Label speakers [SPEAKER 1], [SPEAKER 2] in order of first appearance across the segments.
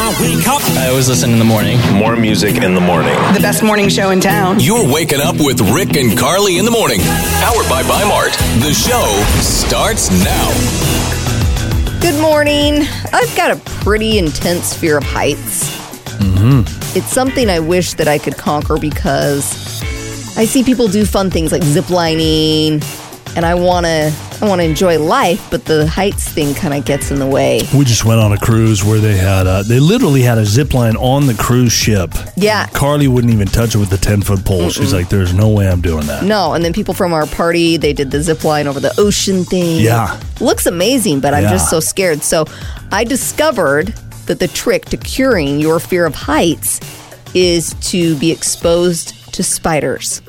[SPEAKER 1] I always listen in the morning.
[SPEAKER 2] More music in the morning.
[SPEAKER 3] The best morning show in town.
[SPEAKER 4] You're waking up with Rick and Carly in the morning. Powered by Mart. The show starts now.
[SPEAKER 5] Good morning. I've got a pretty intense fear of heights. It's something I wish that I could conquer because I see people do fun things like ziplining, and I wanna I wanna enjoy life, but the heights thing kind of gets in the way.
[SPEAKER 6] We just went on a cruise where they had a, they literally had a zip line on the cruise ship.
[SPEAKER 5] Yeah.
[SPEAKER 6] Carly wouldn't even touch it with the 10 foot pole. She's like, there's no way I'm doing that.
[SPEAKER 5] No, and then people from our party they did the zip line over the ocean thing.
[SPEAKER 6] Yeah.
[SPEAKER 5] looks amazing, but I'm
[SPEAKER 6] Yeah.
[SPEAKER 5] just so scared. So I discovered that the trick to curing your fear of heights is to be exposed to spiders.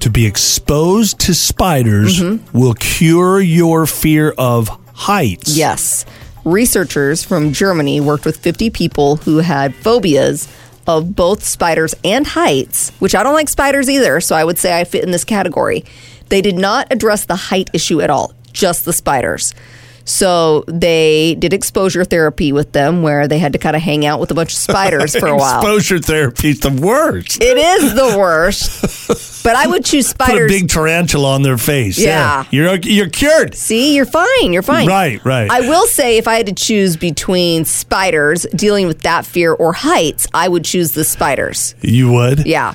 [SPEAKER 6] To be exposed to spiders
[SPEAKER 5] Mm-hmm.
[SPEAKER 6] will cure your fear of heights.
[SPEAKER 5] Yes. Researchers from Germany worked with 50 people who had phobias of both spiders and heights, which I don't like spiders either, so I would say I fit in this category. They did not address the height issue at all, just the spiders. So they did exposure therapy with them where they had to kind of hang out with a bunch of spiders for a while.
[SPEAKER 6] Exposure therapy is the worst.
[SPEAKER 5] It is the worst. But I would choose
[SPEAKER 6] Put a
[SPEAKER 5] spiders.
[SPEAKER 6] big tarantula on their face.
[SPEAKER 5] Yeah.
[SPEAKER 6] There. You're, you're cured.
[SPEAKER 5] See, you're fine. You're fine.
[SPEAKER 6] Right, right.
[SPEAKER 5] I will say, if I had to choose between spiders, dealing with that fear, or heights, I would choose the spiders.
[SPEAKER 6] You would?
[SPEAKER 5] Yeah.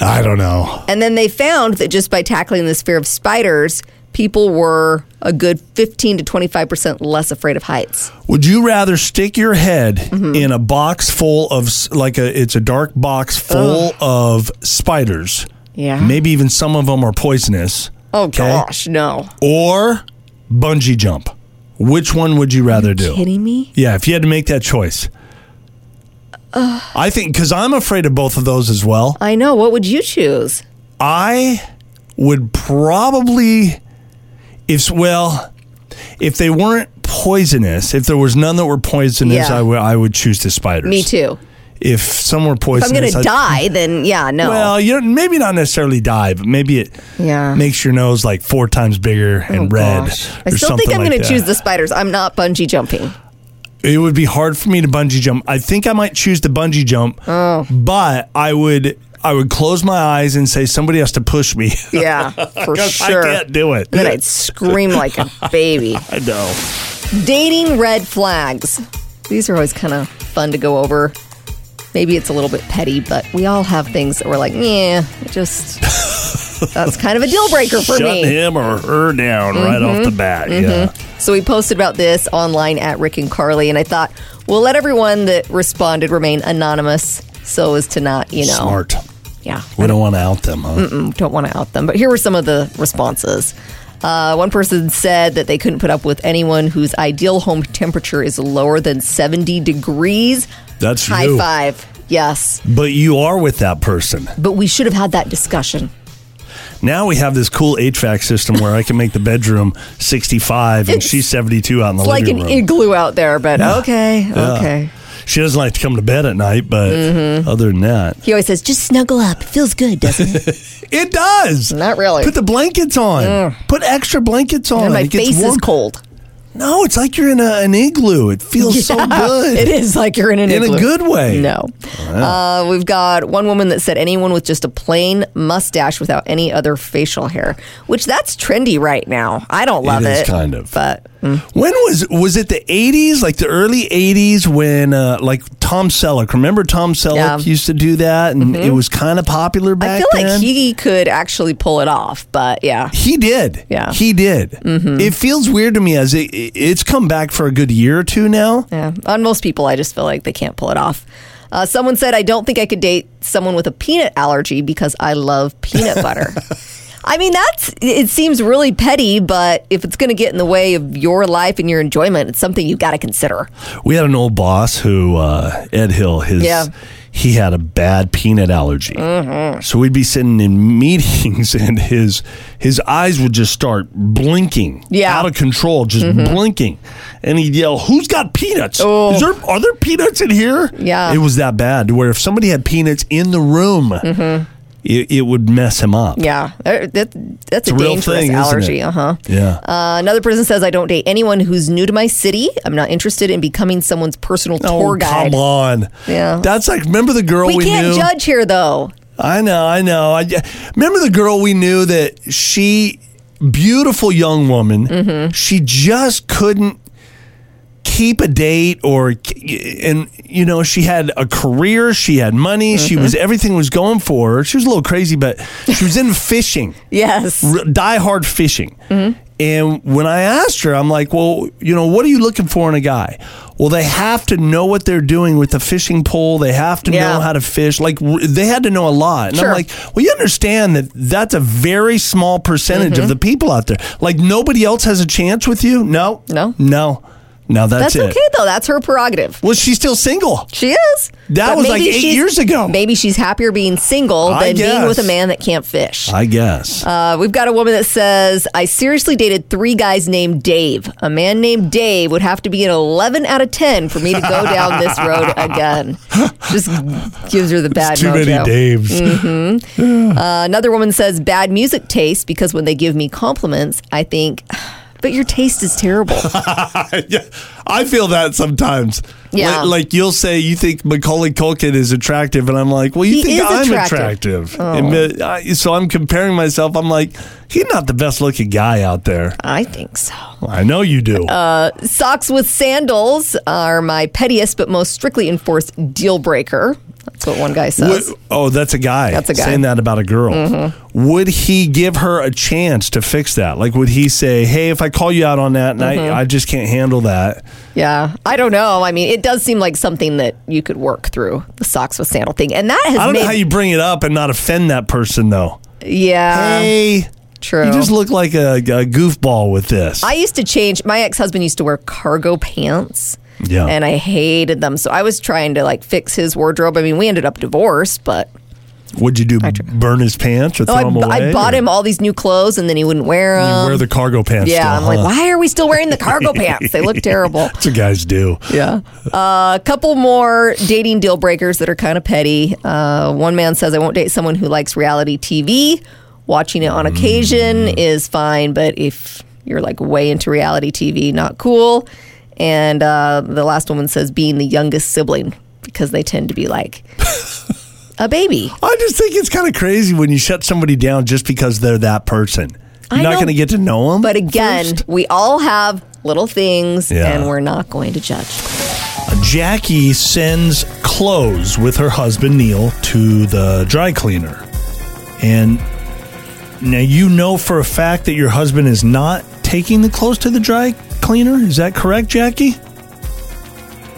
[SPEAKER 6] I don't know.
[SPEAKER 5] And then they found that just by tackling this fear of spiders, people were a good 15 to 25% less afraid of heights.
[SPEAKER 6] Would you rather stick your head
[SPEAKER 5] Mm-hmm.
[SPEAKER 6] in a box full of s- like a it's a dark box full of spiders?
[SPEAKER 5] Yeah.
[SPEAKER 6] Maybe even some of them are poisonous.
[SPEAKER 5] Oh,
[SPEAKER 6] 'kay?
[SPEAKER 5] gosh, no.
[SPEAKER 6] Or bungee jump. Which one would you rather do?
[SPEAKER 5] Kidding me?
[SPEAKER 6] Yeah, if you had to make that choice. I think cuz I'm afraid of both of those as well.
[SPEAKER 5] I know. What would you choose?
[SPEAKER 6] I would probably, if well, if they weren't poisonous, if there was none that were poisonous,
[SPEAKER 5] Yeah.
[SPEAKER 6] I would I would choose the spiders.
[SPEAKER 5] Me too.
[SPEAKER 6] If some were
[SPEAKER 5] If I'm
[SPEAKER 6] poisonous,
[SPEAKER 5] going to
[SPEAKER 6] I'd-
[SPEAKER 5] die, then yeah, no.
[SPEAKER 6] Well, you don't, maybe not necessarily die, but maybe it
[SPEAKER 5] Yeah. Oh,
[SPEAKER 6] makes your nose like four times bigger and red.
[SPEAKER 5] Gosh. I
[SPEAKER 6] or
[SPEAKER 5] still
[SPEAKER 6] something
[SPEAKER 5] think I'm
[SPEAKER 6] like
[SPEAKER 5] going
[SPEAKER 6] that.
[SPEAKER 5] to choose the spiders. I'm not bungee jumping.
[SPEAKER 6] It would be hard for me to bungee jump. I think I might choose the bungee jump,
[SPEAKER 5] Oh.
[SPEAKER 6] but I would I would close my eyes and say somebody has to push me.
[SPEAKER 5] Yeah, for
[SPEAKER 6] 'Cause
[SPEAKER 5] sure.
[SPEAKER 6] I can't do it.
[SPEAKER 5] And then I'd scream like a baby.
[SPEAKER 6] I know.
[SPEAKER 5] Dating red flags. These are always kind of fun to go over. Maybe it's a little bit petty, but we all have things that we're like, yeah, it just that's kind of a deal breaker for me. Mm-hmm.
[SPEAKER 6] shut him or her down right off the bat. Yeah.
[SPEAKER 5] So we posted about this online at Rick and Carly, and I thought we'll let everyone that responded remain anonymous so as to not, you know,
[SPEAKER 6] Smart.
[SPEAKER 5] yeah,
[SPEAKER 6] We don't want to out them, huh?
[SPEAKER 5] don't want to out them, but here were some of the responses. Uh, one person said that they couldn't put up with anyone whose ideal home temperature is lower than 70 degrees.
[SPEAKER 6] That's
[SPEAKER 5] High
[SPEAKER 6] you.
[SPEAKER 5] five. Yes.
[SPEAKER 6] But you are with that person.
[SPEAKER 5] But we should have had that discussion.
[SPEAKER 6] Now we have this cool HVAC system where I can make the bedroom 65 and
[SPEAKER 5] It's-
[SPEAKER 6] she's 72 out in the
[SPEAKER 5] It's like
[SPEAKER 6] living
[SPEAKER 5] an
[SPEAKER 6] room.
[SPEAKER 5] igloo out there, but okay, okay.
[SPEAKER 6] she doesn't like to come to bed at night, but
[SPEAKER 5] Mm-hmm.
[SPEAKER 6] other than that,
[SPEAKER 5] He always says, just snuggle up. It feels good, doesn't it?
[SPEAKER 6] it does.
[SPEAKER 5] Not really.
[SPEAKER 6] Put the blankets on. Put extra blankets on.
[SPEAKER 5] and my
[SPEAKER 6] It gets
[SPEAKER 5] face
[SPEAKER 6] warm.
[SPEAKER 5] is cold.
[SPEAKER 6] No, it's like you're in a, an igloo. It feels so good.
[SPEAKER 5] It is like you're in an
[SPEAKER 6] In a
[SPEAKER 5] igloo.
[SPEAKER 6] good way.
[SPEAKER 5] No. Uh, we've got one woman that said anyone with just a plain mustache without any other facial hair, which that's trendy right now. I don't love it.
[SPEAKER 6] is kind of.
[SPEAKER 5] But
[SPEAKER 6] When was was it the eighties, like the early eighties, when uh, like Tom Selleck? Remember Tom Selleck
[SPEAKER 5] Yeah. Mm-hmm.
[SPEAKER 6] used to do that, and it was kind of popular back
[SPEAKER 5] I feel
[SPEAKER 6] then.
[SPEAKER 5] like he could actually pull it off. But yeah.
[SPEAKER 6] He did.
[SPEAKER 5] Yeah. Mm-hmm.
[SPEAKER 6] he did. It feels weird to me as it, it's come back for a good year or two now.
[SPEAKER 5] Yeah. On most people, I just feel like they can't pull it off. Uh, someone said, I don't think I could date someone with a peanut allergy because I love peanut butter. I mean, that's, it seems really petty, but if it's going to get in the way of your life and your enjoyment, it's something you got to consider.
[SPEAKER 6] We had an old boss who uh, Ed Hill. His
[SPEAKER 5] Yeah. Mm-hmm.
[SPEAKER 6] he had a bad peanut allergy, so we'd be sitting in meetings, and his his eyes would just start blinking,
[SPEAKER 5] Yeah. Mm-hmm.
[SPEAKER 6] out of control, just blinking, and he'd yell, "Who's got peanuts? Is there are there peanuts in here?"
[SPEAKER 5] Oh. Yeah. Mm-hmm.
[SPEAKER 6] it was that bad. Where if somebody had peanuts in the room. it, it would mess him up.
[SPEAKER 5] Yeah, Uh, that, that- that's a,
[SPEAKER 6] a real
[SPEAKER 5] dangerous
[SPEAKER 6] thing, isn't it?
[SPEAKER 5] allergy. Uh huh.
[SPEAKER 6] Yeah.
[SPEAKER 5] Uh, another person says, "I don't date anyone who's new to my city. I'm not interested in becoming someone's personal tour guide."
[SPEAKER 6] Oh, come on.
[SPEAKER 5] Yeah.
[SPEAKER 6] That's like, remember the girl we,
[SPEAKER 5] We, can't
[SPEAKER 6] knew?
[SPEAKER 5] judge here, though.
[SPEAKER 6] I know, I know. I, remember the girl we knew that she, beautiful young woman,
[SPEAKER 5] Mm-hmm.
[SPEAKER 6] she just couldn't keep a date or, and, you know, she had a career, she had money, she
[SPEAKER 5] Mm-hmm.
[SPEAKER 6] was, everything was going for her. She was a little crazy, but she was in fishing
[SPEAKER 5] Yes.
[SPEAKER 6] r- diehard fishing. And when I asked her, I'm like, well, you know, what are you looking for in a guy? Well, they have to know what they're doing with the fishing pole. They have to
[SPEAKER 5] Yeah.
[SPEAKER 6] know how to fish. Like, w- they had to know a lot. And
[SPEAKER 5] Sure.
[SPEAKER 6] I'm like, well, you understand that that's a very small percentage
[SPEAKER 5] Mm-hmm.
[SPEAKER 6] of the people out there. Like, nobody else has a chance with you? No.
[SPEAKER 5] No.
[SPEAKER 6] No. No, that's,
[SPEAKER 5] That's
[SPEAKER 6] it.
[SPEAKER 5] okay, though. That's her prerogative.
[SPEAKER 6] Well, she's still single.
[SPEAKER 5] She is.
[SPEAKER 6] That was like
[SPEAKER 5] maybe
[SPEAKER 6] eight
[SPEAKER 5] she's-
[SPEAKER 6] years ago.
[SPEAKER 5] Maybe she's happier being single
[SPEAKER 6] I
[SPEAKER 5] than being with a
[SPEAKER 6] guess.
[SPEAKER 5] man that can't fish.
[SPEAKER 6] I guess.
[SPEAKER 5] Uh, we've got a woman that says, I seriously dated three guys named Dave. A man named Dave would have to be an 11 out of 10 for me to go down this road again. Just gives her the bad
[SPEAKER 6] Too many
[SPEAKER 5] mojo.
[SPEAKER 6] Daves.
[SPEAKER 5] Uh, another woman says, bad music taste because when they give me compliments, I think, but your taste is terrible.
[SPEAKER 6] yeah, I feel that sometimes.
[SPEAKER 5] Yeah.
[SPEAKER 6] Like, like you'll say you think Macaulay Culkin is attractive, and I'm like, well, you
[SPEAKER 5] He
[SPEAKER 6] think
[SPEAKER 5] is
[SPEAKER 6] I'm
[SPEAKER 5] attractive. Oh.
[SPEAKER 6] attractive. And, uh, I- so I'm comparing myself. I'm like, he's not the best looking guy out there.
[SPEAKER 5] I think so.
[SPEAKER 6] I know you do.
[SPEAKER 5] Uh, Socks with sandals are my pettiest but most strictly enforced deal breaker. That's what one guy says.
[SPEAKER 6] Would- oh, that's a guy.
[SPEAKER 5] That's a guy. Mm-hmm.
[SPEAKER 6] saying that about a girl. Would he give her a chance to fix that? Like, would he say, "Hey, if I call you out on that, and
[SPEAKER 5] Mm-hmm.
[SPEAKER 6] I, I just can't handle that"?
[SPEAKER 5] Yeah, I don't know. I mean, it does seem like something that you could work through the socks with sandal thing, and that has
[SPEAKER 6] I don't
[SPEAKER 5] made
[SPEAKER 6] know how you bring it up and not offend that person, though.
[SPEAKER 5] yeah
[SPEAKER 6] hey,
[SPEAKER 5] true.
[SPEAKER 6] You just look like a, a goofball with this.
[SPEAKER 5] I used to change. My ex husband used to wear cargo pants.
[SPEAKER 6] Yeah.
[SPEAKER 5] and I hated them, so I was trying to like fix his wardrobe. I mean, we ended up divorced, but
[SPEAKER 6] What'd you do? burn his pants or throw
[SPEAKER 5] oh,
[SPEAKER 6] them away?
[SPEAKER 5] I, I bought
[SPEAKER 6] or-
[SPEAKER 5] him all these new clothes, and then he wouldn't wear
[SPEAKER 6] You
[SPEAKER 5] them.
[SPEAKER 6] wear the cargo pants.
[SPEAKER 5] yeah,
[SPEAKER 6] still,
[SPEAKER 5] I'm
[SPEAKER 6] huh?
[SPEAKER 5] like, why are we still wearing the cargo pants? They look terrible.
[SPEAKER 6] That's what guys do.
[SPEAKER 5] Yeah. Uh, a couple more dating deal breakers that are kind of petty. Uh, one man says, I won't date someone who likes reality TV. Watching it on occasion is fine, but if you're like way into reality TV, not cool. And uh, the last woman says, being the youngest sibling because they tend to be like a baby.
[SPEAKER 6] I just think it's kind of crazy when you shut somebody down just because they're that person. You're
[SPEAKER 5] I
[SPEAKER 6] not
[SPEAKER 5] know,
[SPEAKER 6] going to get to know them.
[SPEAKER 5] But again, we all have little things
[SPEAKER 6] Yeah.
[SPEAKER 5] and we're not going to judge.
[SPEAKER 6] Jackie sends clothes with her husband Neil to the dry cleaner. And now you know for a fact that your husband is not taking the clothes to the dry cleaner. Is that correct, Jackie?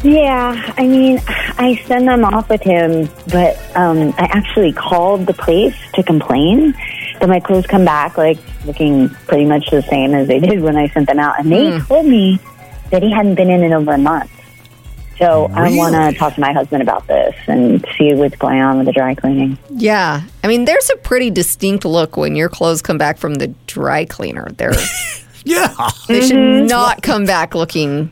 [SPEAKER 2] Yeah, I mean, I send them off with him, but um, I actually called the place to complain that my clothes come back like looking pretty much the same as they did when I sent them out, and they told me that he hadn't been in in over a month. So I want
[SPEAKER 6] Really?
[SPEAKER 2] to talk to my husband about this and see what's going on with the dry cleaning.
[SPEAKER 5] Yeah. I mean, there's a pretty distinct look when your clothes come back from the dry cleaner. They're,
[SPEAKER 6] Yeah.
[SPEAKER 5] they should not come back looking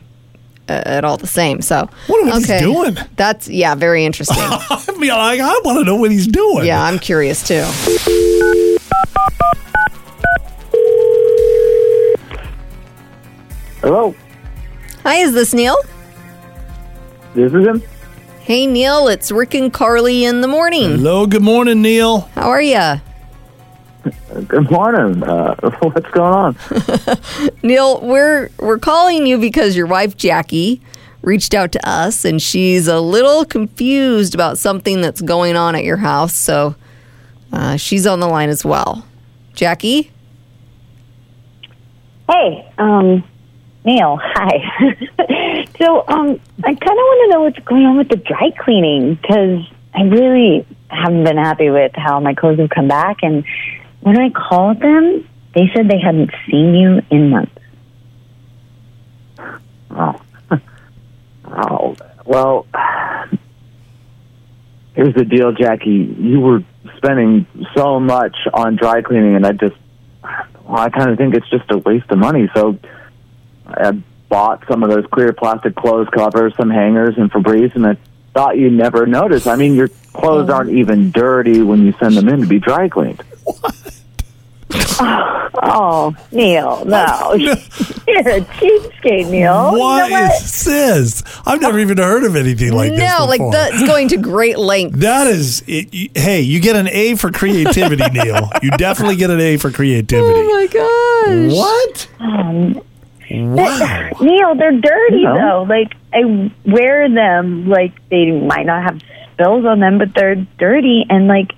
[SPEAKER 5] uh, at all the same. So,
[SPEAKER 6] What are we doing?
[SPEAKER 5] That's, yeah, very interesting.
[SPEAKER 6] I mean, like, I want to know what he's doing.
[SPEAKER 5] yeah, I'm curious too.
[SPEAKER 7] Hello,
[SPEAKER 5] Hi, is this Neil?
[SPEAKER 7] this is him.
[SPEAKER 5] Hey, Neil, it's Rick and Carly in the morning.
[SPEAKER 6] Hello. Good morning, Neil.
[SPEAKER 5] How are you?
[SPEAKER 7] Good morning. Uh, what's going on?
[SPEAKER 5] Neil, we're we're calling you because your wife Jackie reached out to us and she's a little confused about something that's going on at your house. So uh, she's on the line as well. Jackie,
[SPEAKER 2] Hey, um, Neil, hi. so, um, I kind of want to know what's going on with the dry cleaning because I really haven't been happy with how my clothes have come back. And when I called them, they said they hadn't seen you in months.
[SPEAKER 7] Oh, well, here's the deal, Jackie. You were spending so much on dry cleaning, and I just, well, I kind of think it's just a waste of money. So I bought some of those clear plastic clothes covers, some hangers, and Febreze, and I thought you never noticed. I mean, your clothes aren't even dirty when you send them in to be dry cleaned.
[SPEAKER 2] Oh, Neil, no. You're a cheapskate,
[SPEAKER 5] Oh,
[SPEAKER 2] Neil. You know
[SPEAKER 6] What
[SPEAKER 2] what?
[SPEAKER 6] is this? I've never even heard of anything like this.
[SPEAKER 5] no, like
[SPEAKER 6] before.
[SPEAKER 5] that's going to great length.
[SPEAKER 6] That is, it, you- hey, you get an A for creativity, Neil. You definitely get an A for creativity.
[SPEAKER 5] Oh, my gosh. Um,
[SPEAKER 6] What? wow.
[SPEAKER 2] Neil, they're dirty
[SPEAKER 7] No.
[SPEAKER 2] though. Like I wear them, like they might not have spills on them, but they're dirty. And like,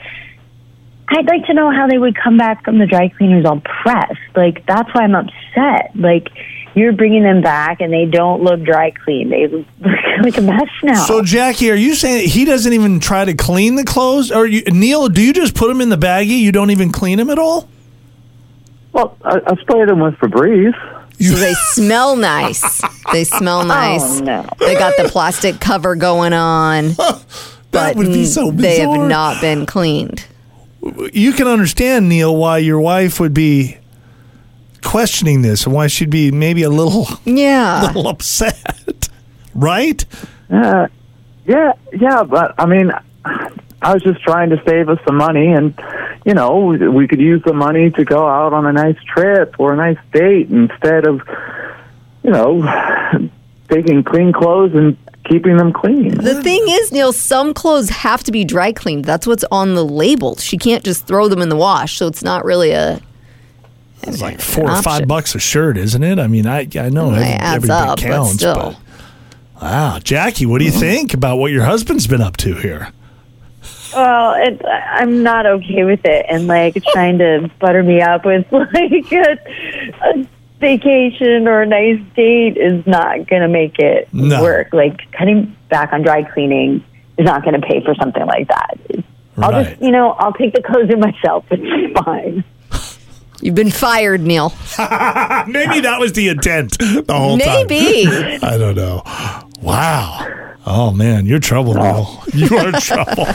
[SPEAKER 2] I'd like to know how they would come back from the dry cleaners all pressed. Like that's why I'm upset. Like you're bringing them back, and they don't look dry clean. They look like a mess now.
[SPEAKER 6] So, Jackie, are you saying he doesn't even try to clean the clothes? Or you, Neil, do you just put them in the baggie? You don't even clean them at all?
[SPEAKER 7] Well, I, I sprayed them with Febreze.
[SPEAKER 5] So they smell nice. They smell nice.
[SPEAKER 2] oh no.
[SPEAKER 5] They got the plastic cover going on,
[SPEAKER 6] That
[SPEAKER 5] but
[SPEAKER 6] would be
[SPEAKER 5] mm,
[SPEAKER 6] so bizarre.
[SPEAKER 5] they have not been cleaned.
[SPEAKER 6] You can understand, Neil, why your wife would be questioning this and why she'd be maybe a little,
[SPEAKER 5] Yeah.
[SPEAKER 6] little upset, right?
[SPEAKER 7] Yeah, Uh, yeah, yeah. But I mean, I was just trying to save us some money, and you know, we could use the money to go out on a nice trip or a nice date instead of, you know, taking clean clothes and keeping them clean.
[SPEAKER 5] The thing is, Neil, some clothes have to be dry cleaned. That's what's on the label. She can't just throw them in the wash, so it's not really a.
[SPEAKER 6] It's like four or
[SPEAKER 5] option.
[SPEAKER 6] five bucks a shirt, isn't it? I mean, I I know every,
[SPEAKER 5] It adds
[SPEAKER 6] every bit
[SPEAKER 5] up, but
[SPEAKER 6] counts,
[SPEAKER 5] still.
[SPEAKER 6] but- wow, Jackie, what do you think about what your husband's been up to here?
[SPEAKER 2] Well, it, I'm not okay with it, and like it's trying to butter me up with like a, a vacation or a nice date is not going to make it
[SPEAKER 6] No.
[SPEAKER 2] work. Like cutting back on dry cleaning is not going to pay for something like that. I'll
[SPEAKER 6] Right.
[SPEAKER 2] just, you know, I'll take the clothes in myself. It's fine.
[SPEAKER 5] You've been fired, Neil.
[SPEAKER 6] Maybe that was the intent the whole time.
[SPEAKER 5] Maybe.
[SPEAKER 6] I don't know. Wow. Oh man, you're trouble, Neil. You are trouble.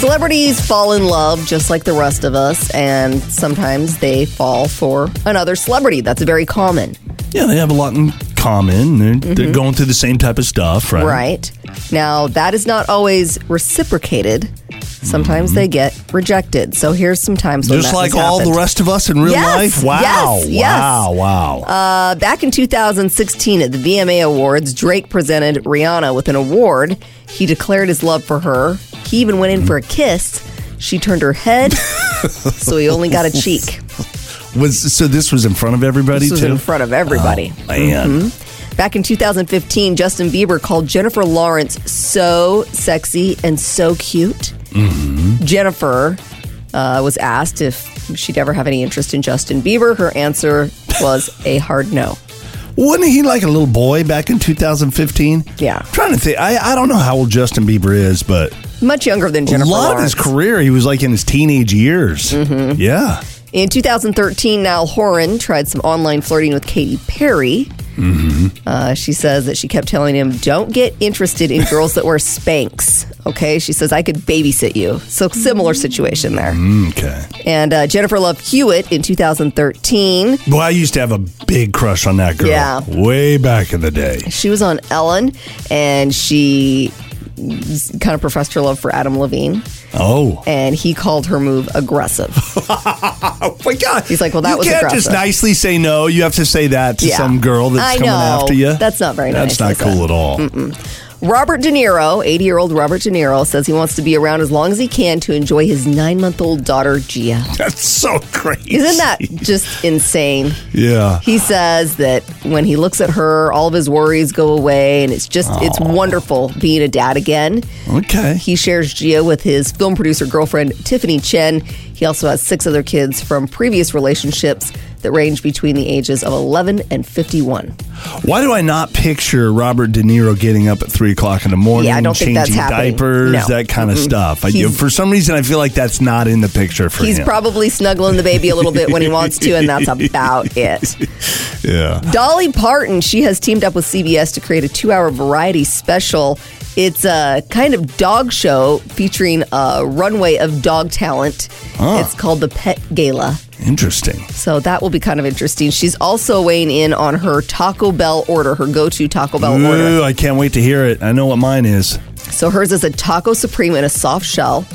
[SPEAKER 5] Celebrities fall in love just like the rest of us, and sometimes they fall for another celebrity. That's very common,
[SPEAKER 6] yeah, they have a lot in common. They're, they're going through the same type of stuff, right?
[SPEAKER 5] Mm-hmm. right? Now, that is not always reciprocated. Sometimes they get rejected. So here's some times when
[SPEAKER 6] Mm-hmm. Just
[SPEAKER 5] that
[SPEAKER 6] like
[SPEAKER 5] has
[SPEAKER 6] all
[SPEAKER 5] happened.
[SPEAKER 6] the rest of us in real
[SPEAKER 5] Yes,
[SPEAKER 6] life. Wow.
[SPEAKER 5] yes, yes.
[SPEAKER 6] Wow. Wow.
[SPEAKER 5] Uh, back in 2016 at the VMA Awards, Drake presented Rihanna with an award. He declared his love for her. He even went in for a kiss. She turned her head, so he only got a cheek.
[SPEAKER 6] was so this was in front of everybody
[SPEAKER 5] This was
[SPEAKER 6] too? Oh,
[SPEAKER 5] in front of everybody. Mm-hmm.
[SPEAKER 6] Man.
[SPEAKER 5] Back in 2015, Justin Bieber called Jennifer Lawrence so sexy and so cute. Jennifer uh, was asked if she'd ever have any interest in Justin Bieber. Her answer was a hard no.
[SPEAKER 6] Wasn't he like a little boy back in 2015?
[SPEAKER 5] Yeah.
[SPEAKER 6] trying to think. I, I don't know how old Justin Bieber is, but
[SPEAKER 5] Much younger than
[SPEAKER 6] a
[SPEAKER 5] Jennifer
[SPEAKER 6] lot
[SPEAKER 5] Lawrence. Mm-hmm.
[SPEAKER 6] of his career, he was like in his teenage years. Yeah.
[SPEAKER 5] In 2013, Niall Horan tried some online flirting with Katy Perry. Uh, she says that she kept telling him, "Don't get interested in girls that wear Spanx." Okay, she says, "I could babysit you." So similar situation there.
[SPEAKER 6] Mm-hmm. Okay.
[SPEAKER 5] And uh, Jennifer Love Hewitt in 2013,
[SPEAKER 6] Well, I used to have a big crush on that girl.
[SPEAKER 5] Yeah.
[SPEAKER 6] Way back in the day.
[SPEAKER 5] she was on Ellen, and she kind of professed her love for Adam Levine,
[SPEAKER 6] Oh.
[SPEAKER 5] and he called her move aggressive.
[SPEAKER 6] Oh my God.
[SPEAKER 5] He's like, well, that
[SPEAKER 6] you
[SPEAKER 5] was
[SPEAKER 6] can't
[SPEAKER 5] aggressive.
[SPEAKER 6] just nicely say no. You have to say that to
[SPEAKER 5] Yeah.
[SPEAKER 6] some girl
[SPEAKER 5] I
[SPEAKER 6] that's coming
[SPEAKER 5] know.
[SPEAKER 6] after you.
[SPEAKER 5] That's not very
[SPEAKER 6] That's
[SPEAKER 5] nice,
[SPEAKER 6] not
[SPEAKER 5] is it?
[SPEAKER 6] cool at all.
[SPEAKER 5] Robert De Niro, 80 year old Robert De Niro, says he wants to be around as long as he can to enjoy his nine month old daughter, Gia.
[SPEAKER 6] That's so crazy.
[SPEAKER 5] Isn't that just insane?
[SPEAKER 6] Yeah.
[SPEAKER 5] He says that when he looks at her, all of his worries go away, and it's just, it's wonderful being a dad again.
[SPEAKER 6] Okay.
[SPEAKER 5] He shares Gia with his film producer girlfriend, Tiffany Chen. He also has six other kids from previous relationships that range between the ages of 11 and 51.
[SPEAKER 6] Why do I not picture Robert De Niro getting up at three o'clock in the morning,
[SPEAKER 5] Yeah, I don't
[SPEAKER 6] changing
[SPEAKER 5] think that's happening.
[SPEAKER 6] diapers,
[SPEAKER 5] No.
[SPEAKER 6] that kind of stuff? I,
[SPEAKER 5] He's-
[SPEAKER 6] for some reason, I feel like that's not in the picture for
[SPEAKER 5] He's
[SPEAKER 6] him.
[SPEAKER 5] probably snuggling the baby a little bit when he wants to, and that's about it.
[SPEAKER 6] yeah.
[SPEAKER 5] Dolly Parton, she has teamed up with CBS to create a two hour variety special. It's a kind of dog show featuring a runway of dog talent. It's called the Pet Gala.
[SPEAKER 6] Interesting.
[SPEAKER 5] So that will be kind of interesting. She's also weighing in on her Taco Bell order, her go to Taco Bell order.
[SPEAKER 6] Ooh, I can't wait to hear it. I know what mine is.
[SPEAKER 5] So hers is a taco supreme in a soft shell,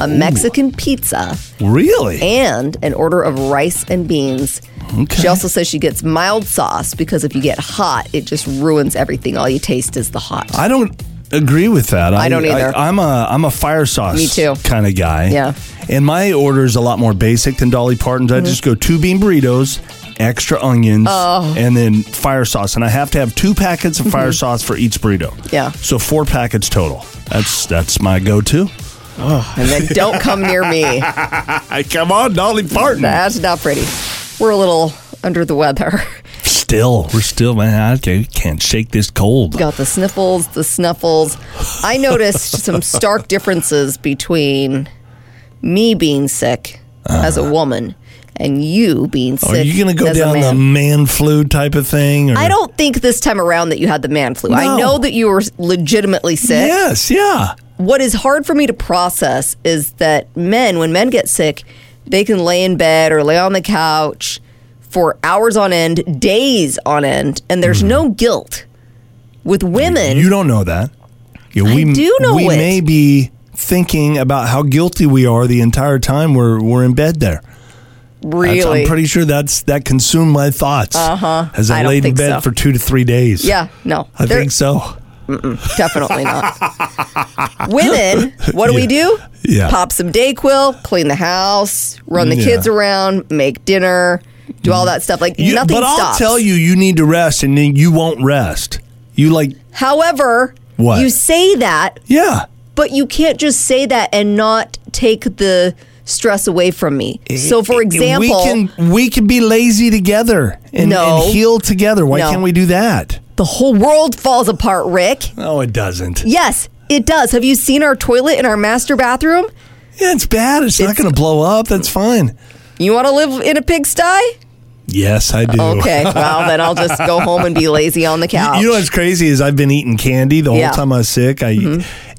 [SPEAKER 5] a Mexican pizza,
[SPEAKER 6] Really?
[SPEAKER 5] and an order of rice and beans.
[SPEAKER 6] Okay.
[SPEAKER 5] She also says she gets mild sauce because if you get hot, it just ruins everything. All you taste is the hot.
[SPEAKER 6] I don't agree with that.
[SPEAKER 5] I don't either.
[SPEAKER 6] I, am a I'm a fire sauce
[SPEAKER 5] Me too.
[SPEAKER 6] kind of guy.
[SPEAKER 5] Yeah. Mm-hmm.
[SPEAKER 6] And my order is a lot more basic than Dolly Parton's. I just go two bean burritos, extra onions,
[SPEAKER 5] Oh.
[SPEAKER 6] and then fire sauce. And I have to have two packets of fire sauce for each burrito.
[SPEAKER 5] Mm-hmm. Yeah.
[SPEAKER 6] So four packets total. That's that's my go to.
[SPEAKER 5] and then don't come near me.
[SPEAKER 6] I come on, Dolly Parton.
[SPEAKER 5] That's not pretty. We're a little under the weather.
[SPEAKER 6] Still, we're still man. I can't- can't shake this cold.
[SPEAKER 5] Got the sniffles, the snuffles. I noticed some stark differences between me being sick as
[SPEAKER 6] Uh-huh.
[SPEAKER 5] a woman and you being sick.
[SPEAKER 6] Are you going to Oh, go
[SPEAKER 5] as a
[SPEAKER 6] down the
[SPEAKER 5] man.
[SPEAKER 6] man flu type of thing? Or?
[SPEAKER 5] I don't think this time around that you had the man flu.
[SPEAKER 6] No.
[SPEAKER 5] I know that you were legitimately sick.
[SPEAKER 6] Yes, yeah.
[SPEAKER 5] What is hard for me to process is that men, when men get sick, they can lay in bed or lay on the couch for hours on end, days on end, and there's no guilt. With women,
[SPEAKER 6] Hmm. You don't know that. Yeah, we
[SPEAKER 5] do know
[SPEAKER 6] We
[SPEAKER 5] it.
[SPEAKER 6] may be thinking about how guilty we are the entire time we're we're in bed there. That's-
[SPEAKER 5] really. Uh-huh.
[SPEAKER 6] I'm pretty sure that's that consumed my thoughts. Uh huh. As I,
[SPEAKER 5] I don't
[SPEAKER 6] laid in
[SPEAKER 5] think
[SPEAKER 6] bed
[SPEAKER 5] so.
[SPEAKER 6] for two to three days.
[SPEAKER 5] yeah, no.
[SPEAKER 6] I
[SPEAKER 5] There-
[SPEAKER 6] think so.
[SPEAKER 5] Definitely not. Women, what do we do?
[SPEAKER 6] Yeah.
[SPEAKER 5] Pop some Dayquil, clean the house, run the
[SPEAKER 6] Yeah. Mm-hmm.
[SPEAKER 5] kids around, make dinner, do all that stuff. Like
[SPEAKER 6] You-
[SPEAKER 5] nothing
[SPEAKER 6] but
[SPEAKER 5] stops.
[SPEAKER 6] I'll tell you, you need to rest, and then you won't rest. You like,
[SPEAKER 5] However,
[SPEAKER 6] What?
[SPEAKER 5] you say that,
[SPEAKER 6] yeah.
[SPEAKER 5] but you can't just say that and not take the stress away from me. So, for example,
[SPEAKER 6] we can we can be lazy together and,
[SPEAKER 5] No.
[SPEAKER 6] and heal together. Why
[SPEAKER 5] No.
[SPEAKER 6] can't we do that?
[SPEAKER 5] the whole world falls apart, Rick.
[SPEAKER 6] No, it doesn't.
[SPEAKER 5] Yes, it does. Have you seen our toilet in our master bathroom?
[SPEAKER 6] Yeah, it's bad. It's, not
[SPEAKER 5] It's-
[SPEAKER 6] going to blow up. That's fine.
[SPEAKER 5] You want to live in a pigsty?
[SPEAKER 6] Yes, I do.
[SPEAKER 5] Okay, well, then I'll just go home and be lazy on the couch.
[SPEAKER 6] You know what's crazy is I've been eating candy the whole
[SPEAKER 5] Yeah. Mm-hmm.
[SPEAKER 6] time I was sick. I